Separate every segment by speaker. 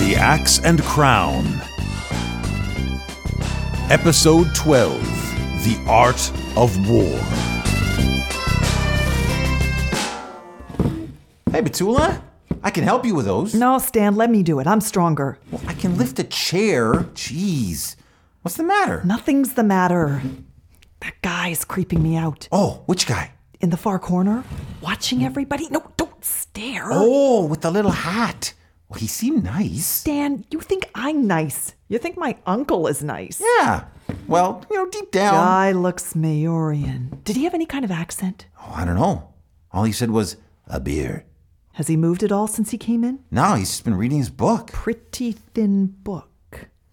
Speaker 1: The Axe and Crown. Episode 12 The Art of War.
Speaker 2: Hey, Batula, I can help you with those.
Speaker 3: No, Stan, let me do it. I'm stronger.
Speaker 2: I can lift a chair. Jeez. What's the matter?
Speaker 3: Nothing's the matter. That guy's creeping me out.
Speaker 2: Oh, which guy?
Speaker 3: In the far corner, watching everybody. No, don't stare.
Speaker 2: Oh, with the little hat. Well, he seemed nice.
Speaker 3: Stan, you think I'm nice. You think my uncle is nice.
Speaker 2: Yeah. Well, you know, deep down.
Speaker 3: Guy looks Maorian. Did he have any kind of accent?
Speaker 2: Oh, I don't know. All he said was, a beer.
Speaker 3: Has he moved at all since he came in?
Speaker 2: No, he's just been reading his book.
Speaker 3: Pretty thin book.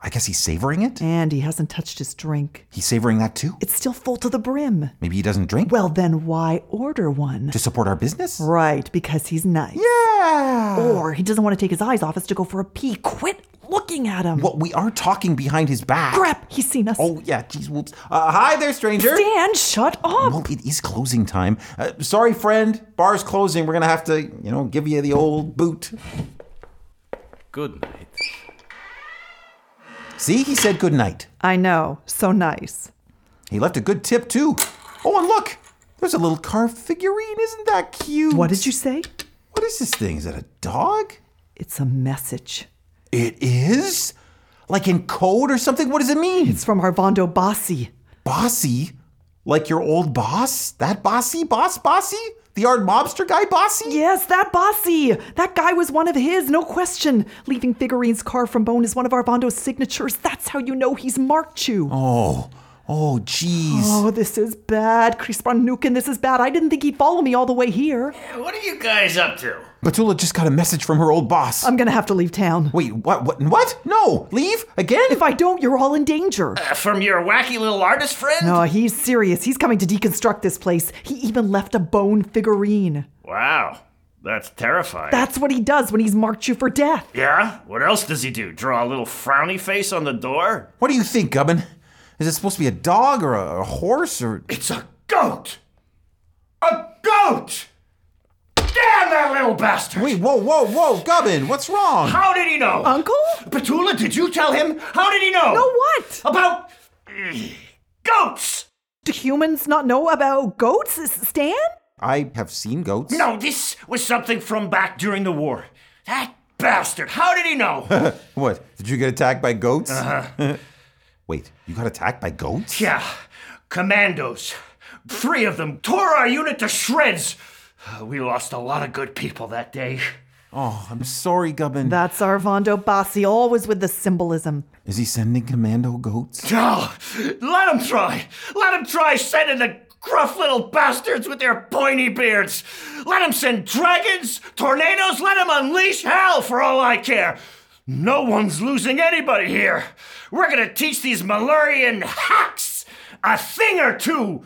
Speaker 2: I guess he's savoring it?
Speaker 3: And he hasn't touched his drink.
Speaker 2: He's savoring that too?
Speaker 3: It's still full to the brim.
Speaker 2: Maybe he doesn't drink?
Speaker 3: Well, then why order one?
Speaker 2: to support our business?
Speaker 3: Right, because he's nice.
Speaker 2: Yeah.
Speaker 3: Or he doesn't want to take his eyes off us to go for a pee. Quit looking at him.
Speaker 2: Well, we are talking behind his back.
Speaker 3: Crap, he's seen us.
Speaker 2: Oh, yeah. Jeez, whoops. Uh, hi there, stranger.
Speaker 3: Stan, shut up.
Speaker 2: Well, it is closing time. Uh, sorry, friend. Bar's closing. We're gonna have to, you know, give you the old boot.
Speaker 4: Good night.
Speaker 2: See, he said good night.
Speaker 3: I know, so nice.
Speaker 2: He left a good tip too. Oh, and look, there's a little carved figurine. Isn't that cute?
Speaker 3: What did you say?
Speaker 2: What is this thing? Is it a dog?
Speaker 3: It's a message.
Speaker 2: It is. Like in code or something. What does it mean?
Speaker 3: It's from Arvando Bassi.
Speaker 2: Bossy, like your old boss. That bossy, boss, bossy, the art mobster guy, bossy.
Speaker 3: Yes, that Bassi. That guy was one of his, no question. Leaving figurines carved from bone is one of Arvando's signatures. That's how you know he's marked you. Oh,
Speaker 2: Oh, oh, jeez.
Speaker 3: this is bad, Crispon Nukin. This is bad. I didn't think he'd follow me all the way here.
Speaker 4: What are you guys up to?
Speaker 2: Batula just got a message from her old boss.
Speaker 3: I'm gonna have to leave town.
Speaker 2: Wait, what? What? What? No, leave again.
Speaker 3: If I don't, you're all in danger.
Speaker 4: Uh, From your wacky little artist friend?
Speaker 3: No, he's serious. He's coming to deconstruct this place. He even left a bone figurine.
Speaker 4: Wow, that's terrifying.
Speaker 3: That's what he does when he's marked you for death.
Speaker 4: yeah? What else does he do? Draw a little frowny face on the door?
Speaker 2: what do you think, Gubbin? Is it supposed to be a dog or a, a horse or?
Speaker 4: It's a goat! A goat! Damn that little bastard!
Speaker 2: Wait, whoa, whoa, whoa, Gubbin, what's wrong?
Speaker 4: How did he know?
Speaker 3: Uncle?
Speaker 4: Petula, did you tell him? How did he know?
Speaker 3: uh, No, what?
Speaker 4: About. Mm, goats!
Speaker 3: Do humans not know about goats, S- Stan?
Speaker 2: I have seen goats.
Speaker 4: No, this was something from back during the war. That bastard! How did he know?
Speaker 2: What? Did you get attacked by goats? Wait, you got attacked by goats?
Speaker 4: Yeah, commandos. Three of them tore our unit to shreds. Uh, We lost a lot of good people that day.
Speaker 2: Oh, I'm sorry, Gubbin.
Speaker 3: That's Arvando Bassi, always with the symbolism.
Speaker 2: Is he sending commando goats?
Speaker 4: Oh, let them try. Let them try sending the gruff little bastards with their pointy beards. Let them send dragons, tornadoes, let them unleash hell for all I care. No one's losing anybody here. We're gonna teach these Malurian hacks a thing or two.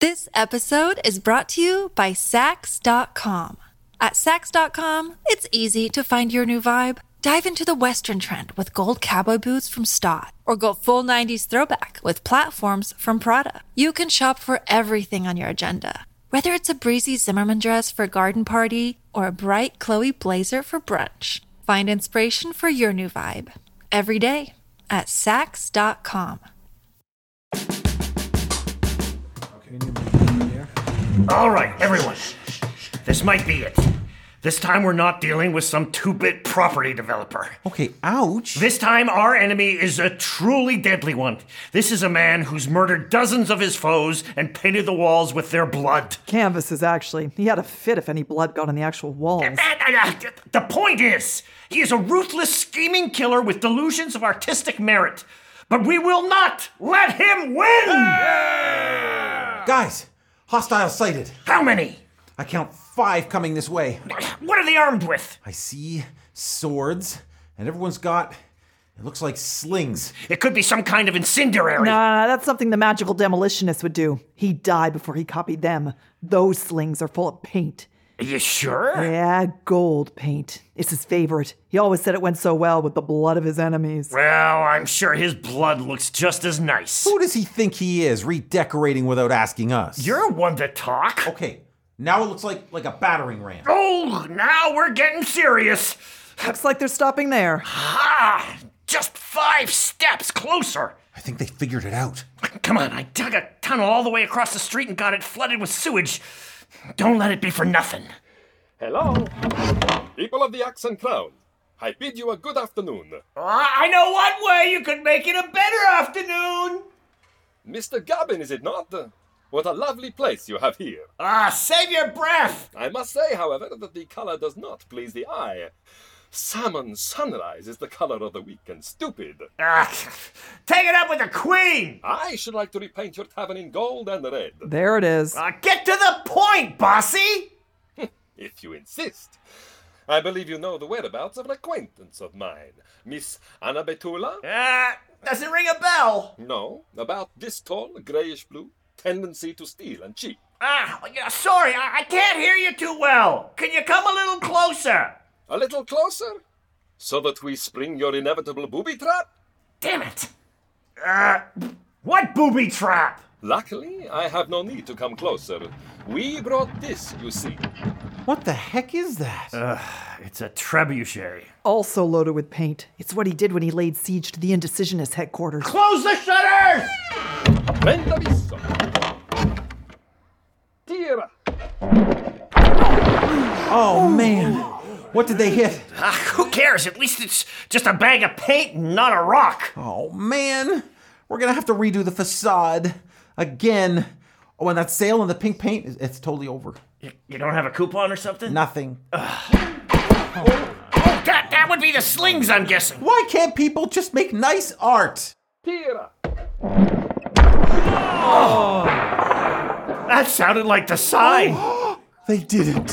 Speaker 5: This episode is brought to you by Sax.com. At Sax.com, it's easy to find your new vibe. Dive into the Western trend with gold cowboy boots from Stott, or go full 90s throwback with platforms from Prada. You can shop for everything on your agenda, whether it's a breezy Zimmerman dress for a garden party or a bright Chloe blazer for brunch. Find inspiration for your new vibe every day at Sax.com.
Speaker 4: All right, everyone. This might be it. This time we're not dealing with some two bit property developer.
Speaker 2: Okay, ouch.
Speaker 4: This time, our enemy is a truly deadly one. This is a man who's murdered dozens of his foes and painted the walls with their blood.
Speaker 3: Canvases, actually. He had a fit if any blood got on the actual walls.
Speaker 4: And, and, uh, th- the point is, he is a ruthless, scheming killer with delusions of artistic merit. But we will not let him win!
Speaker 2: Guys, hostile sighted.
Speaker 4: How many?
Speaker 2: I count five coming this way.
Speaker 4: What are they armed with?
Speaker 2: I see swords, and everyone's got, it looks like slings.
Speaker 4: It could be some kind of incendiary.
Speaker 3: Nah, that's something the magical demolitionist would do. He died before he copied them. Those slings are full of paint.
Speaker 4: Are you sure?
Speaker 3: Yeah, gold paint. It's his favorite. He always said it went so well with the blood of his enemies.
Speaker 4: Well, I'm sure his blood looks just as nice.
Speaker 2: Who does he think he is, redecorating without asking us?
Speaker 4: You're one to talk.
Speaker 2: okay. Now it looks like like a battering ram.
Speaker 4: Oh, now we're getting serious.
Speaker 3: Looks like they're stopping there.
Speaker 4: Ah, just five steps closer.
Speaker 2: I think they figured it out.
Speaker 4: Come on, I dug a tunnel all the way across the street and got it flooded with sewage. Don't let it be for nothing.
Speaker 6: Hello, people of the Axe and Crown. I bid you a good afternoon.
Speaker 4: Ah, I know one way you could make it a better afternoon.
Speaker 6: Mr. Gavin, is it not? What a lovely place you have here.
Speaker 4: Ah, save your breath.
Speaker 6: I must say, however, that the color does not please the eye. Salmon sunrise is the color of the weak and stupid.
Speaker 4: Ah, take it up with the queen.
Speaker 6: I should like to repaint your tavern in gold and red,
Speaker 3: There it is.
Speaker 4: Ah, get to the point, bossy.
Speaker 6: if you insist. I believe you know the whereabouts of an acquaintance of mine, Miss Anna Betula?
Speaker 4: Ah, doesn't ring a bell.
Speaker 6: No, about this tall, grayish blue, tendency to steal and cheat.
Speaker 4: Ah, yeah, sorry, I, I can't hear you too well. Can you come a little closer?
Speaker 6: A little closer, so that we spring your inevitable booby trap?
Speaker 4: Damn it. Uh, what booby trap?
Speaker 6: Luckily, I have no need to come closer. We brought this, you see.
Speaker 2: What the heck is that?
Speaker 4: It's a trebuchet.
Speaker 3: Also loaded with paint. It's what he did when he laid siege to the Indecisionist headquarters.
Speaker 4: Close the shutters!
Speaker 6: Prenda visto. Tira.
Speaker 2: oh man. What did they hit?
Speaker 4: Ah, who cares? At least it's just a bag of paint and not a rock.
Speaker 2: Oh man. We're gonna have to redo the facade again. Oh, and that sale and the pink paint, it's- it's totally over.
Speaker 4: You, you don't have a coupon or something?
Speaker 2: Nothing.
Speaker 4: Oh, that, that would be the slings, I'm guessing.
Speaker 2: Why can't people just make nice art?
Speaker 6: Tira.
Speaker 4: That sounded like the sign.
Speaker 2: They didn't.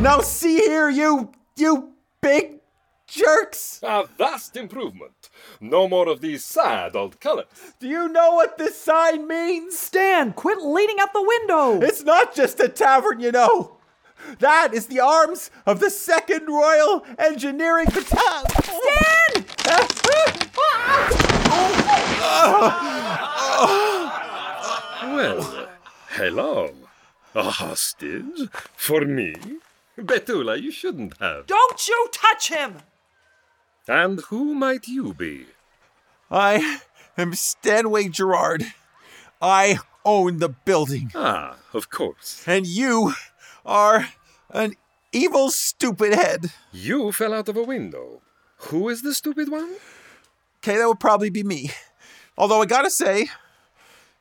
Speaker 2: Now see here, you you big jerks.
Speaker 6: A vast improvement. No more of these sad old colors.
Speaker 2: Do you know what this sign means?
Speaker 3: Stan, quit leaning out the window!
Speaker 2: It's not just a tavern, you know. That is the arms of the Second Royal Engineering Battalion. Stan!
Speaker 6: Well, hello. A hostage? For me? Betula, you shouldn't have.
Speaker 3: Don't you touch him!
Speaker 6: And who might you be?
Speaker 2: I am Stanway Gerard. I own the building,
Speaker 6: Ah, of course.
Speaker 2: and you are an evil, stupid head.
Speaker 6: You fell out of a window. Who is the stupid one?
Speaker 2: Okay, that would probably be me. Although I gotta say,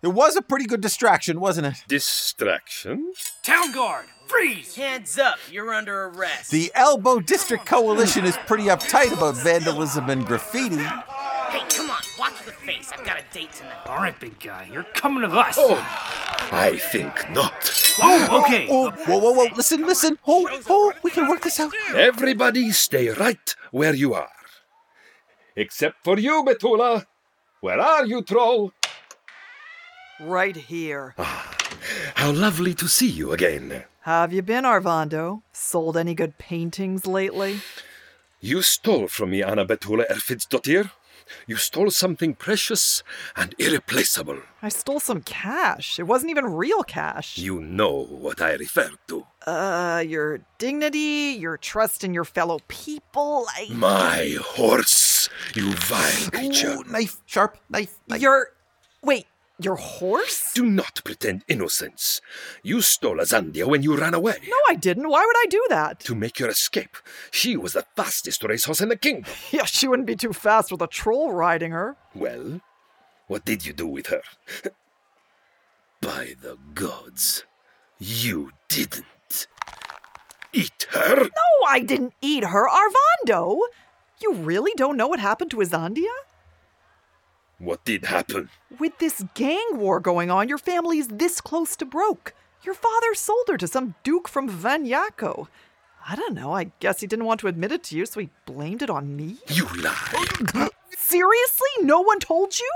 Speaker 2: it was a pretty good distraction, wasn't it?
Speaker 6: Distraction?
Speaker 7: Town guard, freeze! Hands up, you're under arrest.
Speaker 2: The Elbow District Coalition is pretty uptight about vandalism and graffiti.
Speaker 7: Hey, come on, watch the face. I've got a date tonight. All right, big guy, you're coming with us.
Speaker 6: Oh, I think not.
Speaker 7: Oh, okay.
Speaker 2: Oh, whoa, whoa, whoa! Listen, listen! Oh, oh, we can work this out.
Speaker 6: Everybody stay right where you are. Except for you, Betula. Where are you, troll?
Speaker 3: Right here.
Speaker 6: How lovely to see you again.
Speaker 3: Have you been, Arvando? Sold any good paintings lately?
Speaker 6: You stole from me, Anna Betula Erfidsdottir. You stole something precious and irreplaceable.
Speaker 3: I stole some cash. It wasn't even real cash.
Speaker 6: You know what I refer to.
Speaker 3: Uh, your dignity, your trust in your fellow people, I,
Speaker 6: My horse, you vile creature.
Speaker 3: Oh,
Speaker 2: Ooh, knife, sharp knife, knife.
Speaker 3: your. Wait, Your horse?
Speaker 6: Do not pretend innocence. You stole Azandia when you ran away.
Speaker 3: No, I didn't. Why would I do that?
Speaker 6: To make your escape, she was the fastest racehorse in the kingdom.
Speaker 3: Yeah, she wouldn't be too fast with a troll riding her.
Speaker 6: Well, what did you do with her? By the gods, you didn't. Eat her?
Speaker 3: No, I didn't eat her. Arvando! You really don't know what happened to Azandia?
Speaker 6: What did happen?
Speaker 3: With this gang war going on, your family is this close to broke. Your father sold her to some duke from Vanyako. I don't know, I guess he didn't want to admit it to you, so he blamed it on me?
Speaker 6: You lied.
Speaker 3: Seriously? No one told you?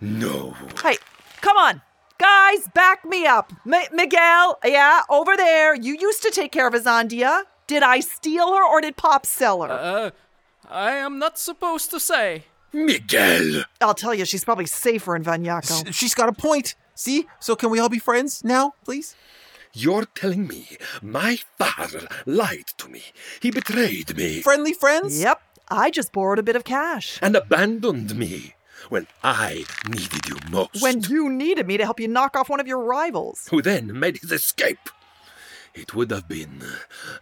Speaker 6: No.
Speaker 3: Hey, come on. Guys, back me up. M- Miguel, yeah, over there. You used to take care of Azandia. Did I steal her or did Pop sell her?
Speaker 8: I am not supposed to say.
Speaker 6: Miguel!
Speaker 3: I'll tell you, she's probably safer in Vanyako.
Speaker 2: She's got a point. See? So can we all be friends now, please?
Speaker 6: You're telling me my father lied to me. He betrayed me
Speaker 2: Friendly friends?
Speaker 3: Yep, I just borrowed a bit of cash.
Speaker 6: and abandoned me when I needed you most.
Speaker 3: When you needed me to help you knock off one of your rivals.
Speaker 6: who then made his escape. It would have been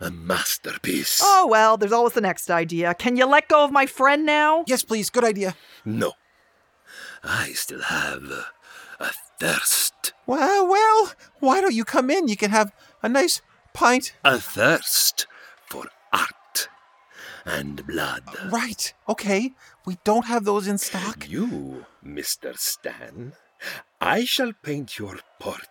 Speaker 6: a masterpiece.
Speaker 3: Oh, well, there's always the next idea. Can you let go of my friend now?
Speaker 2: Yes, please. Good idea.
Speaker 6: No. I still have a thirst.
Speaker 2: Well, well, why don't you come in? You can have a nice pint.
Speaker 6: A thirst for art and blood.
Speaker 2: Right. Okay. We don't have those in stock.
Speaker 6: You, Mr. Stan, I shall paint your portrait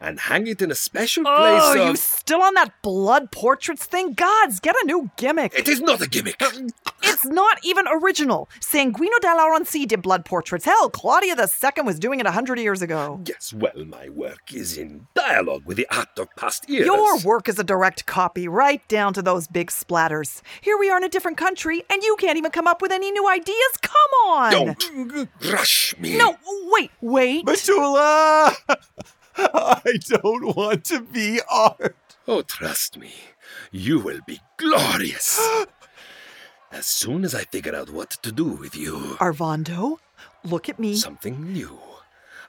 Speaker 6: and hang it in a special place.
Speaker 3: Oh, you
Speaker 6: of-
Speaker 3: still on that blood portraits thing? Gods, get a new gimmick.
Speaker 6: It is not a gimmick.
Speaker 3: Um, It's not even original. Sanguino della Ronci did blood portraits. Hell, Claudia II was doing it a hundred years ago.
Speaker 6: yes, well, my work is in dialogue with the art of past years.
Speaker 3: Your work is a direct copy, right down to those big splatters. Here we are in a different country, and you can't even come up with any new ideas. Come on!
Speaker 6: Don't rush me.
Speaker 3: No, wait, wait.
Speaker 2: Matula! I don't want to be art.
Speaker 6: Oh, trust me, you will be glorious. as soon as I figure out what to do with you,
Speaker 3: Arvando, look at me.
Speaker 6: something new.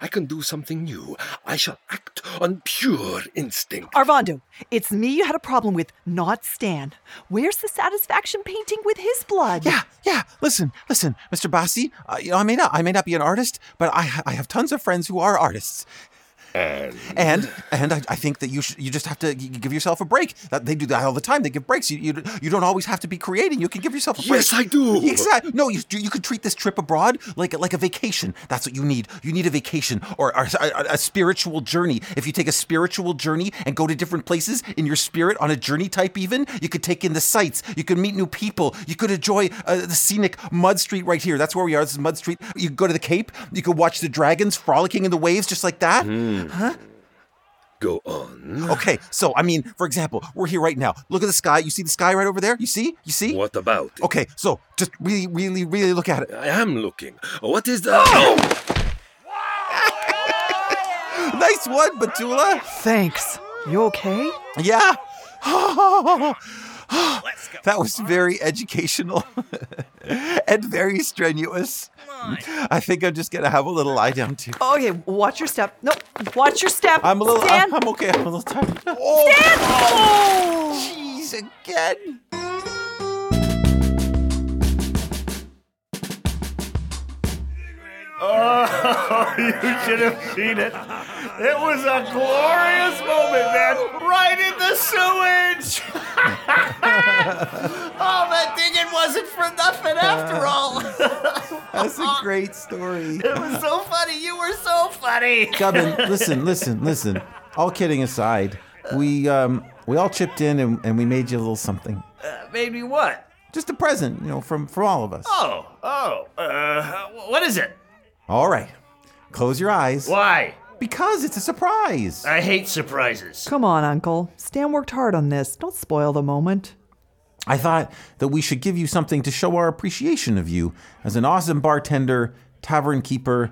Speaker 6: I can do something new. I shall act on pure instinct.
Speaker 3: Arvando, it's me you had a problem with, not Stan. Where's the satisfaction painting with his blood?
Speaker 2: Yeah, yeah. Listen, listen, Mr. Bassi. Uh, you know, I may not, I may not be an artist, but I, ha- I have tons of friends who are artists,
Speaker 6: And
Speaker 2: and and I, I think that you should, you just have to g- give yourself a break. Uh, they do that all the time. They give breaks. You, you you don't always have to be creating. You can give yourself a break.
Speaker 6: Yes, I do.
Speaker 2: Exactly. No, you you could treat this trip abroad like a- like a vacation. That's what you need. You need a vacation or, or a, a- a spiritual journey. If you take a spiritual journey and go to different places in your spirit on a journey type, even you could take in the sights. You could meet new people. You could enjoy uh, the scenic Mud Street right here. That's where we are. This is Mud Street. You could go to the Cape. You could watch the dragons frolicking in the waves just like that.
Speaker 6: Mm-hmm. go on.
Speaker 2: Okay, so I mean, for example, we're here right now. Look at the sky. You see the sky right over there? You see? You see?
Speaker 6: What about it?
Speaker 2: Okay, so just really, really, really look at it.
Speaker 6: I am looking. What is the. Oh!
Speaker 2: Nice one, Batula.
Speaker 3: Thanks. You okay?
Speaker 2: Yeah. that was very educational and very strenuous. I think I'm just gonna have a little lie down too.
Speaker 3: Okay, watch your step. No, watch your step.
Speaker 2: I'm a little.
Speaker 3: Stan,
Speaker 2: I'm, I'm okay. I'm a little tired. Oh, jeez, again.
Speaker 4: Oh, you should have seen it. It was a glorious moment, man. Right in the sewage. oh, that thing, it wasn't for nothing after
Speaker 9: Uh.
Speaker 4: all.
Speaker 2: That's a great story.
Speaker 4: It was so funny. You were so funny.
Speaker 9: Gubbin, listen, listen, listen. All kidding aside, we um we all chipped in and, and we made you a little something.
Speaker 4: Made me what?
Speaker 9: Just a present, you know, from from all of us.
Speaker 4: Oh, oh, uh, what is it?
Speaker 9: All right. Close your eyes.
Speaker 4: Why?
Speaker 9: Because it's a surprise.
Speaker 4: I hate surprises.
Speaker 3: Come on, Uncle. Stan worked hard on this. Don't spoil the moment.
Speaker 9: I thought that we should give you something to show our appreciation of you as an awesome bartender, tavern keeper,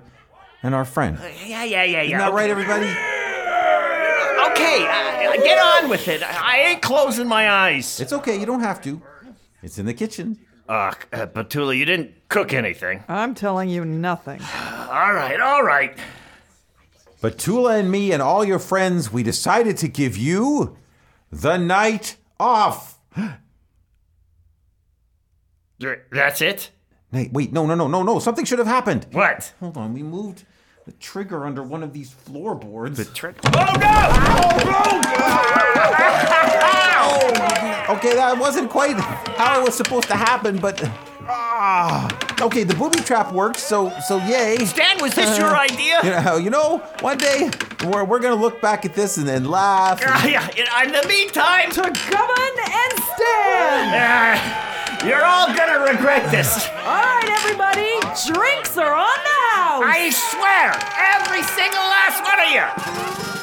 Speaker 9: and our friend.
Speaker 4: Yeah, yeah, yeah, yeah.
Speaker 9: Isn't that
Speaker 4: okay.
Speaker 9: right, everybody?
Speaker 4: Okay, uh, get on with it. I I ain't closing my eyes.
Speaker 9: It's okay, you don't have to. It's in the kitchen.
Speaker 4: Uh, uh, Batula, you didn't cook anything.
Speaker 10: I'm telling you nothing.
Speaker 4: All right, all right.
Speaker 2: But Tula and me and all your friends, we decided to give you the night off.
Speaker 4: Th- That's it?
Speaker 2: Night, wait, no, no, no, no, no. Something should have happened.
Speaker 4: What?
Speaker 2: Hold on, we moved the trigger under one of these floorboards. The trigger?
Speaker 4: Oh,
Speaker 2: Okay, that wasn't quite how it was supposed to happen, but. Ah. Okay, the booby trap worked, so so yay. Uh,
Speaker 4: Stan, was this your idea?
Speaker 2: You know, you know one day we're, we're gonna look back at this and then laugh.
Speaker 10: Uh,
Speaker 4: Ah, yeah, in the meantime,
Speaker 10: Tugumon and Stan!
Speaker 4: uh, you're all gonna regret this.
Speaker 10: All right, everybody, drinks are on now.
Speaker 4: I swear, every single last one of you.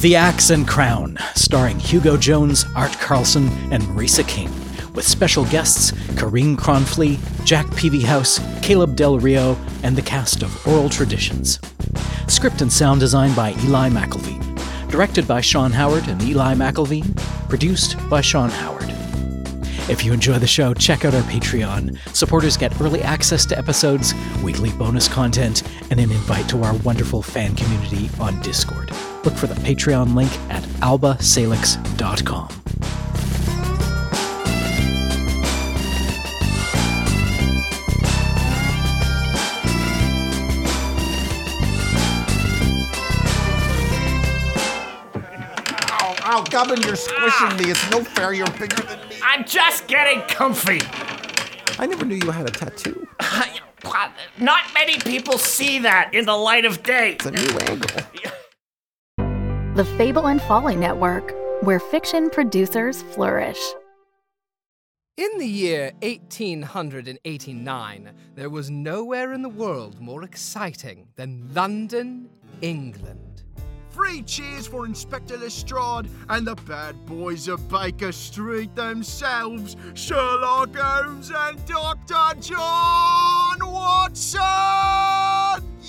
Speaker 11: The Axe and Crown, starring Hugo Jones, Art Carlson, and Marisa King, with special guests Kareen Cronfley, Jack Peavyhouse, Caleb Del Rio, and the cast of Oral Traditions. Script and sound design by Eli McElveen. Directed by Sean Howard and Eli McElveen. Produced by Sean Howard. If you enjoy the show, check out our Patreon. Supporters get early access to episodes, weekly bonus content, and an invite to our wonderful fan community on Discord. Look for the Patreon link at albasalix.com.
Speaker 2: Ow, ow, Gubbin, Oh, you're squishing
Speaker 4: Ah.
Speaker 2: me. It's no fair. You're bigger than me.
Speaker 4: I'm just getting comfy.
Speaker 2: I never knew you had a tattoo.
Speaker 4: Not many people see that in the light of day.
Speaker 2: It's a new angle.
Speaker 12: The Fable and Folly Network, where fiction producers flourish.
Speaker 13: In the year 1889, there was nowhere in the world more exciting than London, England.
Speaker 6: Three cheers for Inspector Lestrade and the bad boys of Baker Street themselves, Sherlock Holmes and Dr. John Watson!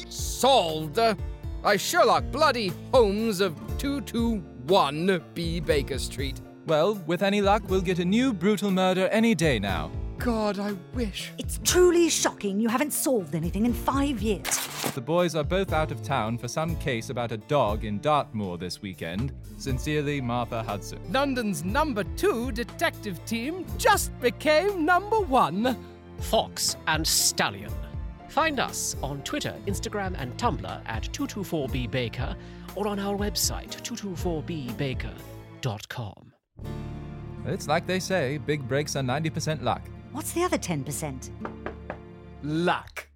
Speaker 13: Solved by Sherlock Bloody Holmes of 221B Baker Street.
Speaker 14: Well, with any luck, we'll get a new brutal murder any day now.
Speaker 13: God, I wish.
Speaker 3: It's truly shocking you haven't solved anything in five years.
Speaker 14: The boys are both out of town for some case about a dog in Dartmoor this weekend. Sincerely, Martha Hudson.
Speaker 13: London's number two detective team just became number one.
Speaker 15: Fox and Stallion. Find us on Twitter, Instagram, and Tumblr at 224bbaker or on our website, 224bbaker.com.
Speaker 14: It's like they say big breaks are 90% luck.
Speaker 3: What's the other 10%?
Speaker 13: Luck.